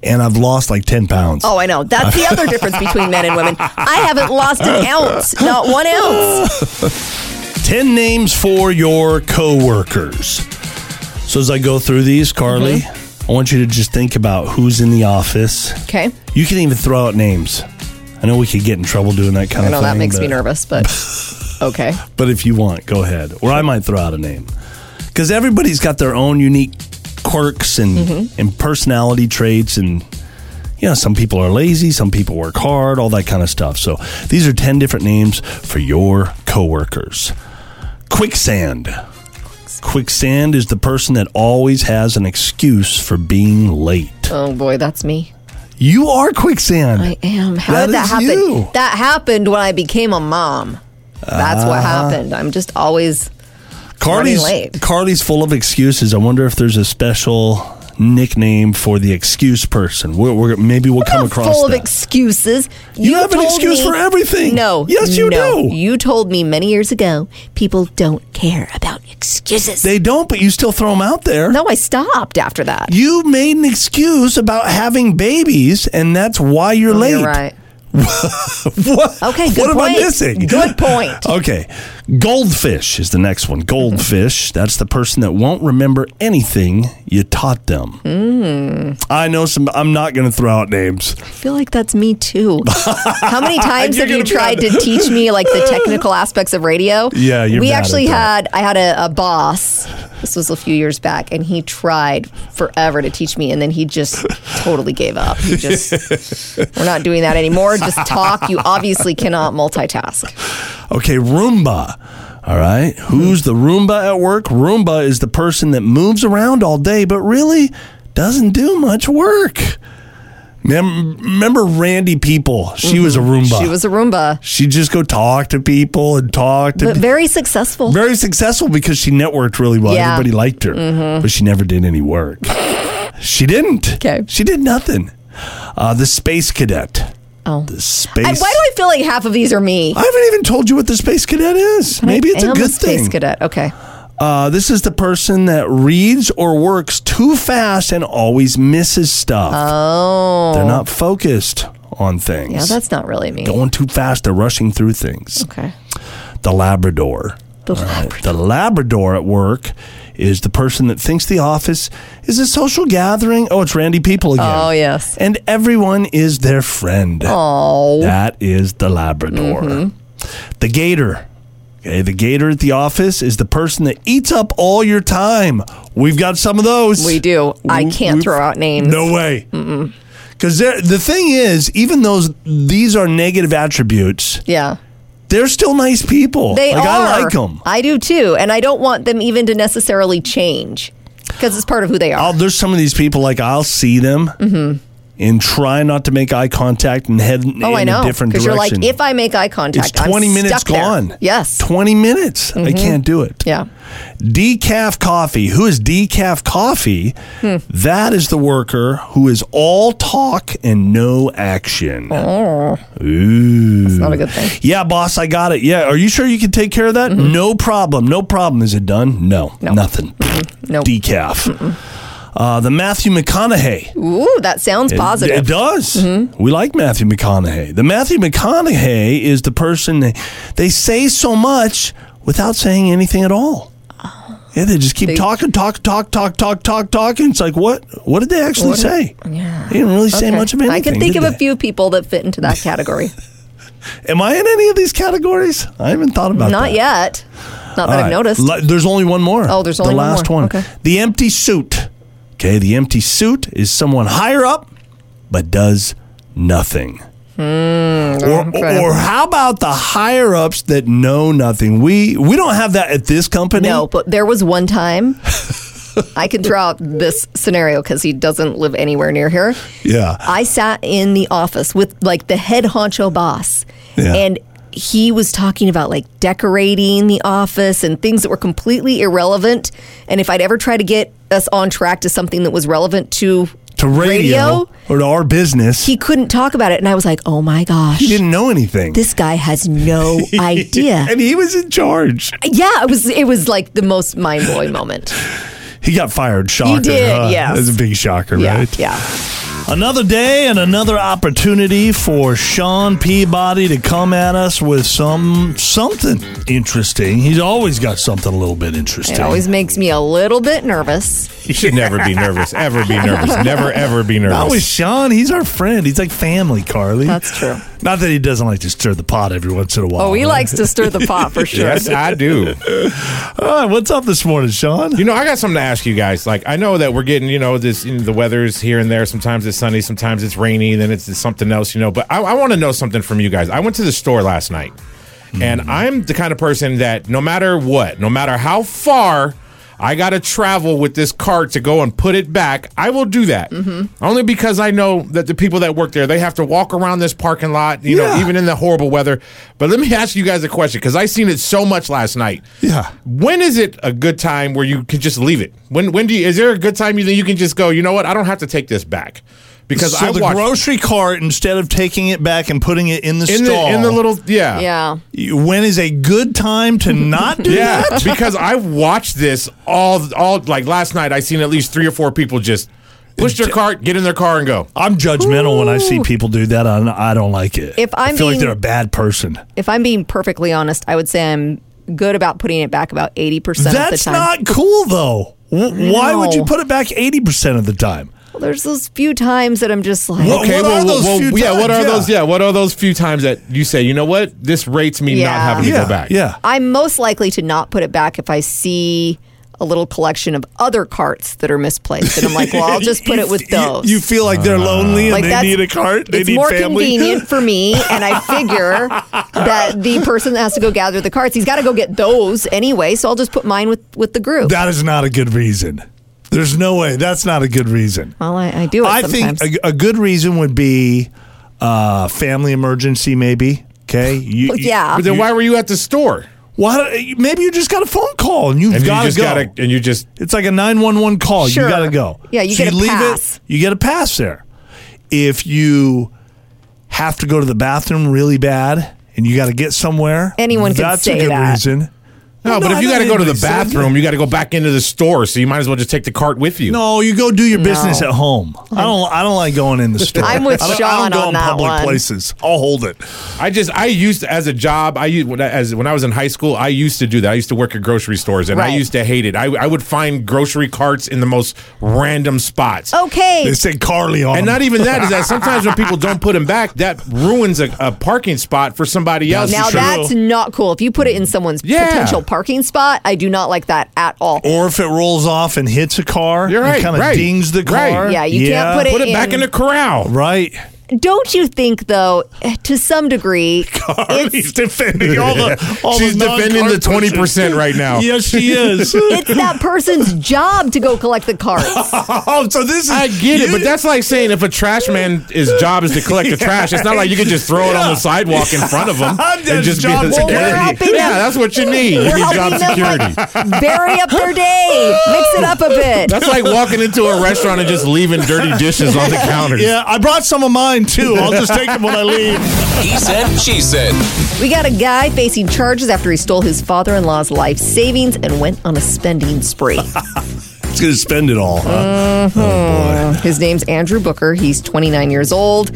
[SPEAKER 6] and I've lost like ten pounds.
[SPEAKER 5] Oh, I know. That's the other difference between men and women. I haven't lost an ounce, not one ounce.
[SPEAKER 6] Ten names for your coworkers. So as I go through these, Carly, I want you to just think about who's in the office.
[SPEAKER 5] Mm-hmm. Okay.
[SPEAKER 6] You can even throw out names. I know we could get in trouble doing that kind
[SPEAKER 5] I
[SPEAKER 6] of
[SPEAKER 5] know
[SPEAKER 6] thing.
[SPEAKER 5] that makes me
[SPEAKER 6] but-
[SPEAKER 5] nervous, but okay.
[SPEAKER 6] But if you want, go ahead. Or I might throw out a name. Because everybody's got their own unique quirks and, and personality traits. And, you know, some people are lazy, some people work hard, all that kind of stuff. So these are 10 different names for your coworkers. Quicksand. Quicksand is the person that always has an excuse for being late.
[SPEAKER 5] Oh boy, that's me.
[SPEAKER 6] You are quicksand.
[SPEAKER 5] I am. How
[SPEAKER 6] That
[SPEAKER 5] did that
[SPEAKER 6] is
[SPEAKER 5] happen?
[SPEAKER 6] you.
[SPEAKER 5] That happened when I became a mom. That's
[SPEAKER 6] Ah.
[SPEAKER 5] what happened. I'm just always
[SPEAKER 6] Carly's
[SPEAKER 5] late.
[SPEAKER 6] Carly's full of excuses. I wonder if there's a special nickname for the excuse person. We're, we're, maybe we'll come across
[SPEAKER 5] full
[SPEAKER 6] that.
[SPEAKER 5] of excuses.
[SPEAKER 6] You have an
[SPEAKER 5] told
[SPEAKER 6] excuse
[SPEAKER 5] me-
[SPEAKER 6] for everything.
[SPEAKER 5] No.
[SPEAKER 6] Yes, you
[SPEAKER 5] no.
[SPEAKER 6] do.
[SPEAKER 5] You told me many years ago people don't care about excuses.
[SPEAKER 6] they don't, but you still throw them out there.
[SPEAKER 5] no, I stopped after that.
[SPEAKER 6] You made an excuse about having babies, and that's why you're late.
[SPEAKER 5] You're right.
[SPEAKER 6] What?
[SPEAKER 5] Okay, good
[SPEAKER 6] what am I
[SPEAKER 5] point.
[SPEAKER 6] missing?
[SPEAKER 5] Good point.
[SPEAKER 6] Okay, goldfish is the next one. Goldfish. That's the person that won't remember anything you taught them.
[SPEAKER 5] Hmm.
[SPEAKER 6] I know some. I'm not going to throw out names.
[SPEAKER 5] I feel like that's me too. How many times
[SPEAKER 6] You're
[SPEAKER 5] have you
[SPEAKER 6] gonna be
[SPEAKER 5] tried to
[SPEAKER 6] on-
[SPEAKER 5] teach me like the technical aspects of radio?
[SPEAKER 6] Yeah, you're
[SPEAKER 5] We
[SPEAKER 6] bad at
[SPEAKER 5] actually
[SPEAKER 6] that.
[SPEAKER 5] had I had a, a boss. This was a few years back, and he tried forever to teach me, and then he just totally gave up. He just we're not doing that anymore. Just talk. You obviously cannot multitask.
[SPEAKER 6] Okay, Roomba. All right. Who's the Roomba at work? Roomba is the person that moves around all day, but really doesn't do much work. Mem- remember Randy People? She was a Roomba.
[SPEAKER 5] Mm-hmm. She was a Roomba,
[SPEAKER 6] She'd just go talk to people and talk to
[SPEAKER 5] but
[SPEAKER 6] pe-
[SPEAKER 5] very successful.
[SPEAKER 6] very successful because she networked really well.
[SPEAKER 5] Yeah. Mm-hmm.
[SPEAKER 6] Everybody liked her, but she never did any work. she didn't.
[SPEAKER 5] 'Kay.
[SPEAKER 6] She did nothing. Uh, the space cadet.
[SPEAKER 5] Oh.
[SPEAKER 6] The
[SPEAKER 5] I, why
[SPEAKER 6] space.
[SPEAKER 5] do I feel like half of these are me?
[SPEAKER 6] I haven't even told you what the space cadet is. Maybe it's
[SPEAKER 5] I
[SPEAKER 6] a
[SPEAKER 5] am
[SPEAKER 6] good
[SPEAKER 5] space
[SPEAKER 6] thing.
[SPEAKER 5] cadet. Okay.
[SPEAKER 6] Uh, this is the person that reads or works too fast and always misses stuff.
[SPEAKER 5] Oh,
[SPEAKER 6] They're not focused on things.
[SPEAKER 5] yeah, that's not really me.
[SPEAKER 6] going too fast. They're rushing through things.
[SPEAKER 5] Okay.
[SPEAKER 6] The Labrador.
[SPEAKER 5] The
[SPEAKER 6] All right. The Labrador at work is the person that thinks the office is a social gathering. Oh, it's Randy People again.
[SPEAKER 5] Oh, yes.
[SPEAKER 6] And everyone is their friend.
[SPEAKER 5] Oh,
[SPEAKER 6] That is the Labrador.
[SPEAKER 5] Mm-hmm.
[SPEAKER 6] The gator. Okay, the gator at the office is the person that eats up all your time. We've got some of those.
[SPEAKER 5] we do. I
[SPEAKER 6] We-
[SPEAKER 5] can't
[SPEAKER 6] we-
[SPEAKER 5] throw out names.
[SPEAKER 6] No way. Because the thing is, even those these are negative attributes,
[SPEAKER 5] Yeah.
[SPEAKER 6] they're still nice people.
[SPEAKER 5] They
[SPEAKER 6] like,
[SPEAKER 5] are.
[SPEAKER 6] I like them.
[SPEAKER 5] I do too. And I don't want them even to necessarily change because it's part of who they are.
[SPEAKER 6] I'll, there's some of these people like I'll see them and try not to make eye contact and head in
[SPEAKER 5] Mm-hmm. oh,
[SPEAKER 6] in
[SPEAKER 5] I know.
[SPEAKER 6] a different
[SPEAKER 5] you're like,
[SPEAKER 6] direction.
[SPEAKER 5] if I make eye contact,
[SPEAKER 6] it's 20
[SPEAKER 5] I'm
[SPEAKER 6] minutes
[SPEAKER 5] stuck there.
[SPEAKER 6] gone.
[SPEAKER 5] Yes. Mm-hmm.
[SPEAKER 6] 20 minutes. I can't do it.
[SPEAKER 5] yeah.
[SPEAKER 6] Decaf coffee. Who is decaf coffee?
[SPEAKER 5] Hmm.
[SPEAKER 6] That is the worker who is all talk and no action. Ooh. That's
[SPEAKER 5] Oh. not a good thing.
[SPEAKER 6] Yeah, boss, I got it. Yeah. Are you sure you can take care of that? No problem. No problem. Is it done? No.
[SPEAKER 5] Mm-hmm. No. Mm-hmm.
[SPEAKER 6] Nothing.
[SPEAKER 5] Nope.
[SPEAKER 6] Decaf. Uh, the Matthew McConaughey.
[SPEAKER 5] Ooh, that sounds positive. Mm-hmm.
[SPEAKER 6] It, it does. We like Matthew McConaughey. The Matthew McConaughey is the person that they say so much without saying anything at all. Yeah, they just keep
[SPEAKER 5] Uh-huh. They-
[SPEAKER 6] talking, talk, talk, talk, talk, talk, talk, and it's like, what? What did they actually
[SPEAKER 5] What-
[SPEAKER 6] say? Yeah, they didn't really say
[SPEAKER 5] Okay.
[SPEAKER 6] much of anything.
[SPEAKER 5] I can think
[SPEAKER 6] did
[SPEAKER 5] of a
[SPEAKER 6] they?
[SPEAKER 5] few people that fit into that category.
[SPEAKER 6] Am I in any of these categories? I haven't thought about
[SPEAKER 5] Not
[SPEAKER 6] that.
[SPEAKER 5] yet. Not that
[SPEAKER 6] All
[SPEAKER 5] I've
[SPEAKER 6] right.
[SPEAKER 5] noticed.
[SPEAKER 6] La- there's only one more.
[SPEAKER 5] Oh, there's
[SPEAKER 6] the
[SPEAKER 5] only one
[SPEAKER 6] last
[SPEAKER 5] more.
[SPEAKER 6] one.
[SPEAKER 5] Okay.
[SPEAKER 6] The empty suit. Okay, the empty suit is someone higher up, but does nothing. or,
[SPEAKER 5] Hmm, okay.
[SPEAKER 6] or how about the higher ups that know nothing? We we don't have that at this company.
[SPEAKER 5] No, but there was one time. I can throw out this scenario because he doesn't live anywhere near here.
[SPEAKER 6] Yeah.
[SPEAKER 5] I sat in the office with like the head honcho boss,
[SPEAKER 6] Yeah.
[SPEAKER 5] and he was talking about like decorating the office and things that were completely irrelevant. And if I'd ever try to get us on track to something that was relevant to
[SPEAKER 6] To radio, or to our business.
[SPEAKER 5] he couldn't talk about it. And I was like, oh my gosh,
[SPEAKER 6] he didn't know anything.
[SPEAKER 5] this guy has no idea.
[SPEAKER 6] and he was in charge.
[SPEAKER 5] yeah, it was it was like the most mind blowing moment.
[SPEAKER 6] He got fired. Shocker.
[SPEAKER 5] did,
[SPEAKER 6] huh?
[SPEAKER 5] yes.
[SPEAKER 6] That's a big shocker,
[SPEAKER 5] Yeah,
[SPEAKER 6] right?
[SPEAKER 5] yeah.
[SPEAKER 6] Another day and another opportunity for Sean Peabody to come at us with some something interesting. He's always got something a little bit interesting.
[SPEAKER 5] It always makes me a little bit nervous.
[SPEAKER 8] You should never be nervous. Ever be nervous. Never ever be nervous.
[SPEAKER 6] Not with Sean. He's our friend. He's like family, Carly.
[SPEAKER 5] That's true.
[SPEAKER 6] Not that he doesn't like to stir the pot every once in a while.
[SPEAKER 5] Oh, he
[SPEAKER 6] right?
[SPEAKER 5] likes to stir the pot for sure.
[SPEAKER 8] Yes, I do.
[SPEAKER 6] All right, what's up this morning, Sean?
[SPEAKER 8] You know, I got something to ask you guys. Like, I know that we're getting, you know, this you know, the weather's here and there. Sometimes it's sunny, sometimes it's rainy, then it's, it's something else, you know. But I, I want to know something from you guys. I went to the store last night, and I'm the kind of person that no matter what, no matter how far I got to travel with this cart to go and put it back, I will do that.
[SPEAKER 6] Mm-hmm.
[SPEAKER 8] Only because I know that the people that work there, they have to walk around this parking lot, you
[SPEAKER 6] Yeah.
[SPEAKER 8] know, even in the horrible weather. But let me ask you guys a question because I seen it so much last night.
[SPEAKER 6] Yeah.
[SPEAKER 8] When is it a good time where you can just leave it? When when do you, is there a good time you think you can just go? You know what? I don't have to take this back because
[SPEAKER 6] so
[SPEAKER 8] I
[SPEAKER 6] the
[SPEAKER 8] watched
[SPEAKER 6] grocery cart, instead of taking it back and putting it in the
[SPEAKER 8] in the
[SPEAKER 6] stall,
[SPEAKER 8] in the little yeah
[SPEAKER 5] Yeah.
[SPEAKER 6] when is a good time to not do
[SPEAKER 8] yeah
[SPEAKER 6] that?
[SPEAKER 8] because I watched this all all like last night. I seen at least three or four people just push their cart, get in their car, and go.
[SPEAKER 6] I'm judgmental when I see people do that. I don't, I don't like it.
[SPEAKER 5] If
[SPEAKER 6] I
[SPEAKER 5] I'm
[SPEAKER 6] feel like
[SPEAKER 5] being-
[SPEAKER 6] they're a bad person.
[SPEAKER 5] If I'm being perfectly honest, I would say I'm good about putting it back about 80% of the
[SPEAKER 6] That's
[SPEAKER 5] time.
[SPEAKER 6] not cool, though. W- Why would you
[SPEAKER 5] No.
[SPEAKER 6] put it back 80% of the time?
[SPEAKER 5] Well, There's those few times that I'm just like,
[SPEAKER 6] What- what are those few
[SPEAKER 8] yeah, what are
[SPEAKER 6] times? Yeah.
[SPEAKER 8] those? Yeah, what are those few times that you say, you know what, this rates me not
[SPEAKER 5] Yeah.
[SPEAKER 8] having to
[SPEAKER 6] Yeah,
[SPEAKER 8] go back?
[SPEAKER 6] yeah.
[SPEAKER 5] I'm most likely to not put it back if I see a little collection of other carts that are misplaced. And I'm like, well, I'll just put it with
[SPEAKER 6] You-
[SPEAKER 5] those.
[SPEAKER 6] You, feel like
[SPEAKER 8] Uh,
[SPEAKER 6] they're lonely and
[SPEAKER 5] like
[SPEAKER 6] they need a cart. They
[SPEAKER 5] it's
[SPEAKER 6] need
[SPEAKER 5] more
[SPEAKER 6] family.
[SPEAKER 5] convenient for me, and I figure that the person that has to go gather the carts, he's got to go get those anyway. So I'll just put mine with with the group.
[SPEAKER 6] that is not a good reason. There's no way. That's not a good reason.
[SPEAKER 5] well, I, I do it
[SPEAKER 6] I
[SPEAKER 5] sometimes.
[SPEAKER 6] think a, a good reason would be uh, family emergency, maybe. Okay. You, you-
[SPEAKER 5] yeah.
[SPEAKER 8] But then why were you at the store?
[SPEAKER 6] Why, maybe you just got a phone call and you've
[SPEAKER 8] And you
[SPEAKER 6] got to
[SPEAKER 8] just
[SPEAKER 6] go.
[SPEAKER 8] gotta and you just
[SPEAKER 6] It's like a 911 call.
[SPEAKER 5] Sure.
[SPEAKER 6] You got to go.
[SPEAKER 5] Yeah, you get a pass.
[SPEAKER 6] It, you get a pass there. If you have to go to the bathroom really bad and you got to get somewhere,
[SPEAKER 5] Anyone can
[SPEAKER 6] that's
[SPEAKER 5] say
[SPEAKER 6] a good
[SPEAKER 5] that.
[SPEAKER 6] reason.
[SPEAKER 8] No,
[SPEAKER 6] Well,
[SPEAKER 8] but
[SPEAKER 6] no,
[SPEAKER 8] if you
[SPEAKER 6] I
[SPEAKER 8] got to go to the
[SPEAKER 6] didn't think so.
[SPEAKER 8] bathroom, you got to go back into the store, so you might as well just take the cart with you.
[SPEAKER 6] No, you go do your business at home. I don't. I don't like going in the store.
[SPEAKER 5] I'm with
[SPEAKER 6] I don't- I
[SPEAKER 5] Sean
[SPEAKER 6] don't go
[SPEAKER 5] on
[SPEAKER 6] in
[SPEAKER 5] that
[SPEAKER 6] public
[SPEAKER 5] one.
[SPEAKER 6] places. I'll hold it.
[SPEAKER 8] I just I used as a job. I used when I- as when I was in high school. I used to do that. I used to work at grocery stores, and I
[SPEAKER 5] Right.
[SPEAKER 8] used to hate it. I, I would find grocery carts in the most random spots.
[SPEAKER 5] Okay.
[SPEAKER 6] They said Carly on.
[SPEAKER 8] And
[SPEAKER 6] them.
[SPEAKER 8] not e- even that is that sometimes when people don't put them back, that ruins a, a parking spot for somebody else.
[SPEAKER 5] Now
[SPEAKER 8] It's true.
[SPEAKER 5] that's not cool. If you put it in someone's
[SPEAKER 8] Yeah.
[SPEAKER 5] potential parking spot, I do not like that at all.
[SPEAKER 6] or if it rolls off and hits a car,
[SPEAKER 8] You're right,
[SPEAKER 6] kind of
[SPEAKER 8] right,
[SPEAKER 6] dings the
[SPEAKER 8] right.
[SPEAKER 6] car.
[SPEAKER 5] Yeah, you can't put it
[SPEAKER 8] put it back in the corral.
[SPEAKER 6] Right.
[SPEAKER 5] Don't you think though, eh, to some degree,
[SPEAKER 6] Carly's defending all the. All
[SPEAKER 8] She's
[SPEAKER 6] the
[SPEAKER 8] defending the
[SPEAKER 6] non-car
[SPEAKER 8] twenty percent right now.
[SPEAKER 6] Yes, she is.
[SPEAKER 5] it's that person's job to go collect the carts.
[SPEAKER 6] oh, so this is.
[SPEAKER 8] I get it,
[SPEAKER 6] you-
[SPEAKER 8] but that's like saying if a trash man his job is to collect the trash, it's not like you could just throw it on the sidewalk in front of him
[SPEAKER 6] That's
[SPEAKER 8] and just be
[SPEAKER 6] job
[SPEAKER 8] the
[SPEAKER 6] Well,
[SPEAKER 5] we're
[SPEAKER 8] security.
[SPEAKER 5] helping them.
[SPEAKER 8] yeah, that's what you need. You
[SPEAKER 5] We're
[SPEAKER 8] need job
[SPEAKER 5] helping them
[SPEAKER 8] security.
[SPEAKER 5] like bury up their day, mix it up a bit.
[SPEAKER 8] That's like walking into a restaurant and just leaving dirty dishes on the counters.
[SPEAKER 6] Yeah, I brought some of mine too. I'll just take them when I leave.
[SPEAKER 4] He said, she said.
[SPEAKER 5] We got a guy facing charges after he stole his father-in-law's life savings and went on a spending spree.
[SPEAKER 6] He's gonna spend it all. Huh? Oh boy.
[SPEAKER 5] His name's Andrew Booker. He's 29 years old.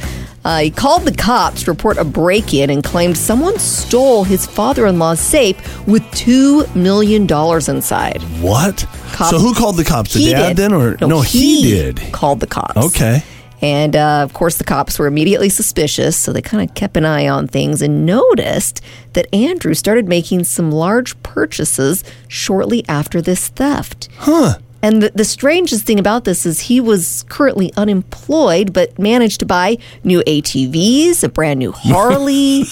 [SPEAKER 5] Uh, he called the cops to report a break in and claimed someone stole his father in law's safe with $2 million inside.
[SPEAKER 6] What?
[SPEAKER 5] Cops-
[SPEAKER 6] So who called the cops? The
[SPEAKER 5] He
[SPEAKER 6] dad
[SPEAKER 5] did.
[SPEAKER 6] then, or no? he, did.
[SPEAKER 5] Called the cops.
[SPEAKER 6] Okay.
[SPEAKER 5] And uh, of course, the cops were immediately suspicious, so they kind of kept an eye on things and noticed that Andrew started making some large purchases shortly after this theft. Huh. And the, the strangest thing about this is he was currently unemployed, but managed to buy new ATVs, a brand new Harley.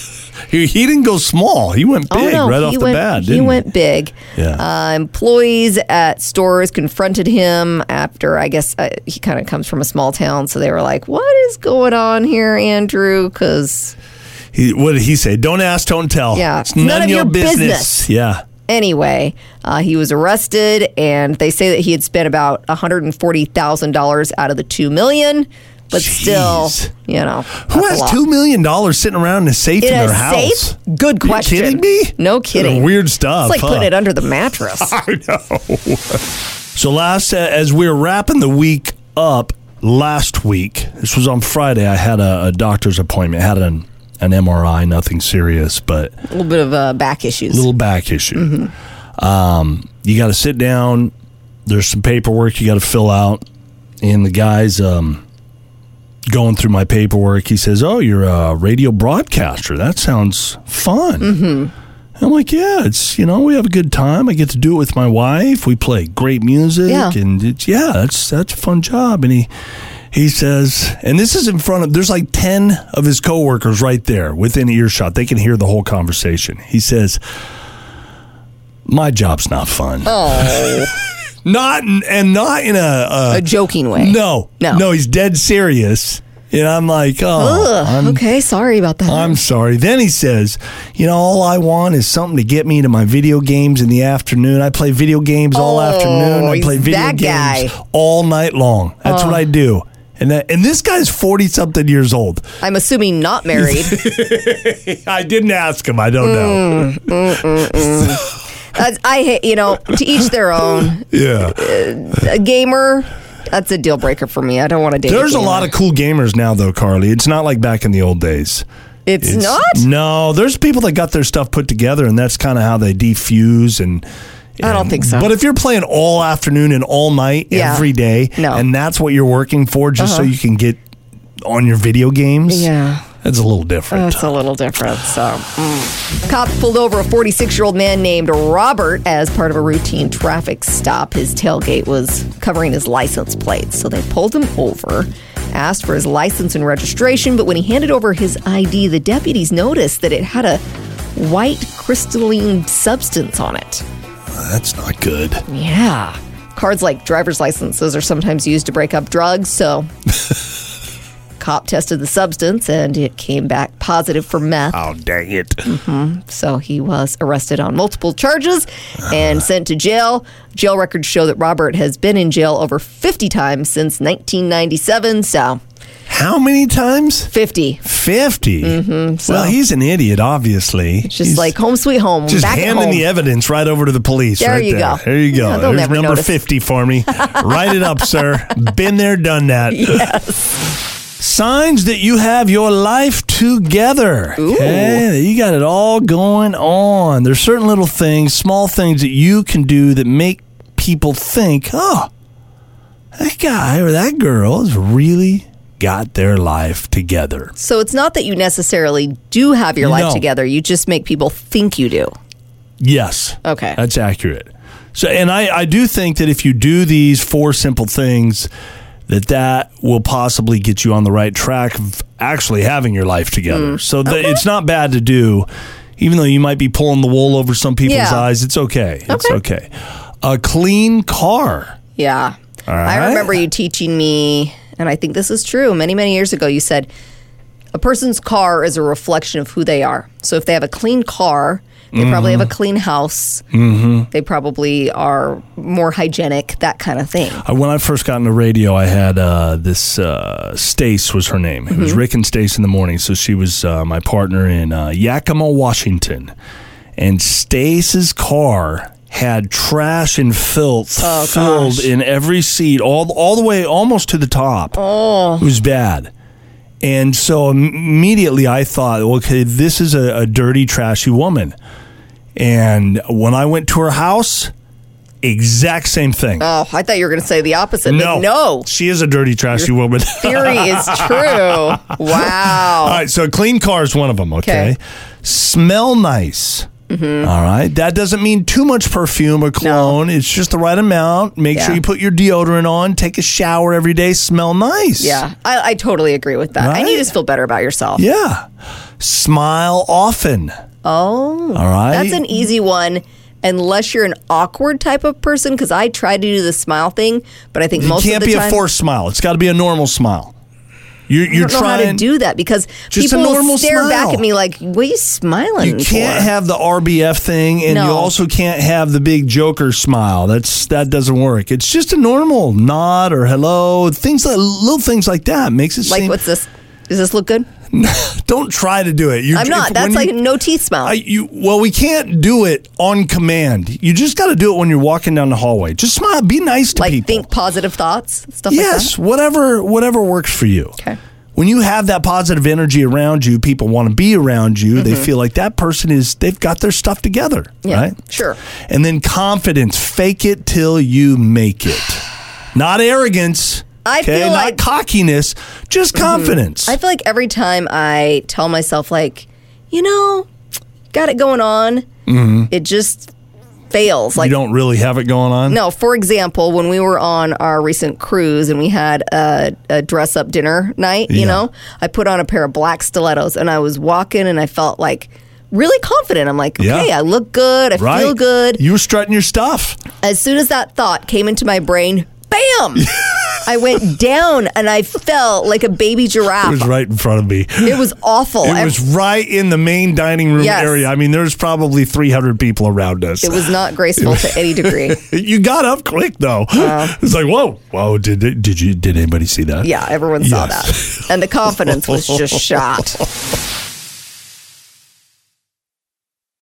[SPEAKER 6] He, he didn't go small. He went big right off
[SPEAKER 5] Oh, he
[SPEAKER 6] the
[SPEAKER 5] went,
[SPEAKER 6] bat.
[SPEAKER 5] he
[SPEAKER 6] didn't
[SPEAKER 5] went big.
[SPEAKER 6] Yeah.
[SPEAKER 5] Uh, employees at stores confronted him after, I guess, uh, he kind of comes from a small town, so they were like, "What is going on here, Andrew?" Because
[SPEAKER 6] He, what did he say? Don't ask, don't tell.
[SPEAKER 5] Yeah.
[SPEAKER 6] it's none, of your, business.
[SPEAKER 5] business.
[SPEAKER 6] Yeah.
[SPEAKER 5] anyway, uh, he was arrested, and they say that he had spent about one hundred and forty thousand dollars out of the two million. But
[SPEAKER 6] Jeez.
[SPEAKER 5] still, you know,
[SPEAKER 6] Who
[SPEAKER 5] that's a
[SPEAKER 6] has
[SPEAKER 5] lot.
[SPEAKER 6] two million dollars sitting around in a safe in,
[SPEAKER 5] in a
[SPEAKER 6] their house?
[SPEAKER 5] safe? Good
[SPEAKER 6] You
[SPEAKER 5] question.
[SPEAKER 6] kidding me?
[SPEAKER 5] No kidding.
[SPEAKER 6] Weird stuff.
[SPEAKER 5] It's like
[SPEAKER 6] huh?
[SPEAKER 5] putting it under the mattress.
[SPEAKER 6] So last, uh, as we were wrapping the week up last week, this was on Friday. I had a, a doctor's appointment. Had an an MRI, nothing serious, but
[SPEAKER 5] a little bit of uh, back issues.
[SPEAKER 6] little back issue. Um, you got to sit down. There's some paperwork you got to fill out, and the guy's um, going through my paperwork. He says, "Oh, you're a radio broadcaster. That sounds fun."
[SPEAKER 5] Mm-hmm.
[SPEAKER 6] I'm like, "Yeah, it's you know we have a good time. I get to do it with my wife. We play great music,
[SPEAKER 5] Yeah.
[SPEAKER 6] and it's yeah, that's that's a fun job." And he. He says, and this is in front of, there's like 10 of his coworkers right there within earshot. They can hear the whole conversation. He says, My job's not fun.
[SPEAKER 5] oh,
[SPEAKER 6] Not, in- and not in a, a,
[SPEAKER 5] a joking way.
[SPEAKER 6] no,
[SPEAKER 5] No.
[SPEAKER 6] no, he's dead serious. And I'm like, Oh,
[SPEAKER 5] Ugh,
[SPEAKER 6] I'm,
[SPEAKER 5] okay, sorry about that.
[SPEAKER 6] I'm sorry. Then he says, You know, all I want is something to get me to my video games in the afternoon. I play video games all
[SPEAKER 5] Oh,
[SPEAKER 6] afternoon. I
[SPEAKER 5] he's
[SPEAKER 6] play video
[SPEAKER 5] that
[SPEAKER 6] games
[SPEAKER 5] guy.
[SPEAKER 6] all night long. That's what I do. And, that, and this guy's 40 something years old.
[SPEAKER 5] I'm assuming not married.
[SPEAKER 6] I didn't ask him. I don't
[SPEAKER 5] Mm.
[SPEAKER 6] know.
[SPEAKER 5] That's, I, hate- you know, to each their own.
[SPEAKER 6] Yeah.
[SPEAKER 5] A gamer, that's a deal breaker for me. I don't want to date.
[SPEAKER 6] There's a
[SPEAKER 5] gamer.
[SPEAKER 6] lot of cool gamers now, though, Carly. It's not like back in the old days.
[SPEAKER 5] It's,
[SPEAKER 6] It's-
[SPEAKER 5] not.
[SPEAKER 6] No, there's people that got their stuff put together, and that's kind of how they defuse and.
[SPEAKER 5] I don't
[SPEAKER 6] and-
[SPEAKER 5] think so.
[SPEAKER 6] But if you're playing all afternoon and all night
[SPEAKER 5] Yeah.
[SPEAKER 6] every day,
[SPEAKER 5] No. Uh-huh.
[SPEAKER 6] and that's what you're working for, just so you can get on your video games,
[SPEAKER 5] Yeah.
[SPEAKER 6] that's a little different.
[SPEAKER 5] That's a little different. So, mm. cops pulled over a 46 year old man named Robert as part of a routine traffic stop. His tailgate was covering his license plate, so they pulled him over, asked for his license and registration. But when he handed over his ID, the deputies noticed that it had a white crystalline substance on it.
[SPEAKER 6] that's not good.
[SPEAKER 5] Yeah. Cards like driver's licenses are sometimes used to break up drugs, so. Cop tested the substance and it came back positive for meth. Mm-hmm.
[SPEAKER 6] Oh dang it!
[SPEAKER 5] So he was arrested on multiple charges and sent to jail. Jail records show that Robert has been in jail over 50 times since 1997. So
[SPEAKER 6] How many times?
[SPEAKER 5] 50.
[SPEAKER 6] 50. Well, he's an idiot, obviously.
[SPEAKER 5] Mm-hmm. It's just
[SPEAKER 6] He's
[SPEAKER 5] like home sweet home.
[SPEAKER 6] Just
[SPEAKER 5] back at
[SPEAKER 6] handing
[SPEAKER 5] home.
[SPEAKER 6] the evidence right over to the police.
[SPEAKER 5] There
[SPEAKER 6] right
[SPEAKER 5] you
[SPEAKER 6] there.
[SPEAKER 5] go.
[SPEAKER 6] There you go.
[SPEAKER 5] Yeah, they'll
[SPEAKER 6] There's
[SPEAKER 5] never
[SPEAKER 6] number
[SPEAKER 5] notice.
[SPEAKER 6] 50 for me. Write it up, sir. Been there, done that. Signs that you have your life together. Okay, that you got it all going on. There's certain little things, small things that you can do that make people think, oh, that guy or that girl has really got their life together.
[SPEAKER 5] So it's not that you necessarily do have your life
[SPEAKER 6] No.
[SPEAKER 5] together. You just make people think you do.
[SPEAKER 6] Yes.
[SPEAKER 5] Okay.
[SPEAKER 6] That's accurate. So, and I, I do think that if you do these four simple things, that that will possibly get you on the right track of actually having your life together.
[SPEAKER 5] Mm.
[SPEAKER 6] So that it's not bad to do, even though you might be pulling the wool over some people's
[SPEAKER 5] Yeah.
[SPEAKER 6] eyes. It's okay. It's
[SPEAKER 5] Okay.
[SPEAKER 6] okay. A clean car.
[SPEAKER 5] Yeah.
[SPEAKER 6] right.
[SPEAKER 5] I remember you teaching me, and I think this is true, many, many years ago, you said a person's car is a reflection of who they are. So if they have a clean car, they probably
[SPEAKER 6] Mm-hmm.
[SPEAKER 5] have a clean house. They probably are more hygienic, that kind of thing.
[SPEAKER 6] I- Uh, when I first got into radio, I had uh, this uh, Stace was her name. It was Rick and Stace in the morning. So she was uh, my partner in uh, Yakima, Washington, and Stace's car had trash and filth filled in every seat, all all the way almost to the top. Oh, it was bad. And so im- immediately I thought, okay, this is a, a dirty, trashy woman. And when I went to her house, exact same thing.
[SPEAKER 5] Oh, I thought you were going to say the opposite.
[SPEAKER 6] No.
[SPEAKER 5] Like, no.
[SPEAKER 6] She is a dirty, trashy woman.
[SPEAKER 5] Theory is true. Wow.
[SPEAKER 6] All right. So, clean car is one of them. Okay.
[SPEAKER 5] Okay. Mm-hmm.
[SPEAKER 6] Smell nice. All right. That doesn't mean too much perfume or cologne. It's just the right amount. Make sure
[SPEAKER 5] Yeah.
[SPEAKER 6] you put your deodorant on. Take a shower every day. Smell nice.
[SPEAKER 5] Yeah, I, I totally agree with that. And you
[SPEAKER 6] Right?
[SPEAKER 5] just feel better about yourself.
[SPEAKER 6] Yeah. Smile often.
[SPEAKER 5] Oh,
[SPEAKER 6] All right.
[SPEAKER 5] that's an easy one. Unless you're an awkward type of person, because I try to do the smile thing, but I think
[SPEAKER 6] It
[SPEAKER 5] most
[SPEAKER 6] can't
[SPEAKER 5] of the
[SPEAKER 6] be
[SPEAKER 5] time
[SPEAKER 6] a forced smile. It's got to be a normal smile. You're,
[SPEAKER 5] I
[SPEAKER 6] you're
[SPEAKER 5] don't know how
[SPEAKER 6] trying
[SPEAKER 5] to do that because
[SPEAKER 6] Just a
[SPEAKER 5] people will
[SPEAKER 6] normal
[SPEAKER 5] stare back
[SPEAKER 6] smile.
[SPEAKER 5] at me like, "What are you smiling
[SPEAKER 6] You can't
[SPEAKER 5] for?"
[SPEAKER 6] have the RBF thing, and you
[SPEAKER 5] No.
[SPEAKER 6] also can't have the big Joker smile. That's that doesn't work. It's just a normal nod or hello, things like little things like that makes it
[SPEAKER 5] like,
[SPEAKER 6] seem.
[SPEAKER 5] what's this? Does this look good?
[SPEAKER 6] Don't try to do it. You're,
[SPEAKER 5] I'm not.
[SPEAKER 6] if-
[SPEAKER 5] That's
[SPEAKER 6] when
[SPEAKER 5] like
[SPEAKER 6] you-
[SPEAKER 5] no teeth smile.
[SPEAKER 6] I, you, well, we can't do it on command. You just got to do it when you're walking down the hallway. Just smile. Be nice to
[SPEAKER 5] like,
[SPEAKER 6] people.
[SPEAKER 5] think positive thoughts, stuff
[SPEAKER 6] yes, whatever whatever works for you.
[SPEAKER 5] Okay.
[SPEAKER 6] When you have that positive energy around you, people want to be around you. They feel like that person is they've got their stuff together,
[SPEAKER 5] Mm-hmm. Yeah,
[SPEAKER 6] right?
[SPEAKER 5] sure.
[SPEAKER 6] And then confidence, fake it till you make it. Not arrogance.
[SPEAKER 5] I feel
[SPEAKER 6] not
[SPEAKER 5] like- Mm-hmm.
[SPEAKER 6] cockiness, just confidence.
[SPEAKER 5] I feel like every time I tell myself, like, you know, got it going on,
[SPEAKER 6] Mm-hmm.
[SPEAKER 5] it just fails. Like,
[SPEAKER 6] you don't really have it going on.
[SPEAKER 5] No, for example, when we were on our recent cruise and we had a, a dress up dinner night, you
[SPEAKER 6] Yeah.
[SPEAKER 5] know, I put on a pair of black stilettos and I was walking and I felt like really confident. I'm like,
[SPEAKER 6] Yeah.
[SPEAKER 5] okay, I look good, I
[SPEAKER 6] right?
[SPEAKER 5] feel good.
[SPEAKER 6] You were strutting your stuff.
[SPEAKER 5] As soon as that thought came into my brain, bam! I went down and I fell like a baby
[SPEAKER 6] It
[SPEAKER 5] giraffe.
[SPEAKER 6] was right in front of me.
[SPEAKER 5] Uh-huh. It was awful.
[SPEAKER 6] It was right in the main dining room
[SPEAKER 5] Yes.
[SPEAKER 6] area. I mean, there's probably 300 people around us.
[SPEAKER 5] It was not graceful to any degree.
[SPEAKER 6] You got up quick though. it's like whoa, whoa. Did did you did anybody see that?
[SPEAKER 5] Yeah, everyone saw
[SPEAKER 6] Yes.
[SPEAKER 5] that. And the confidence was just shot.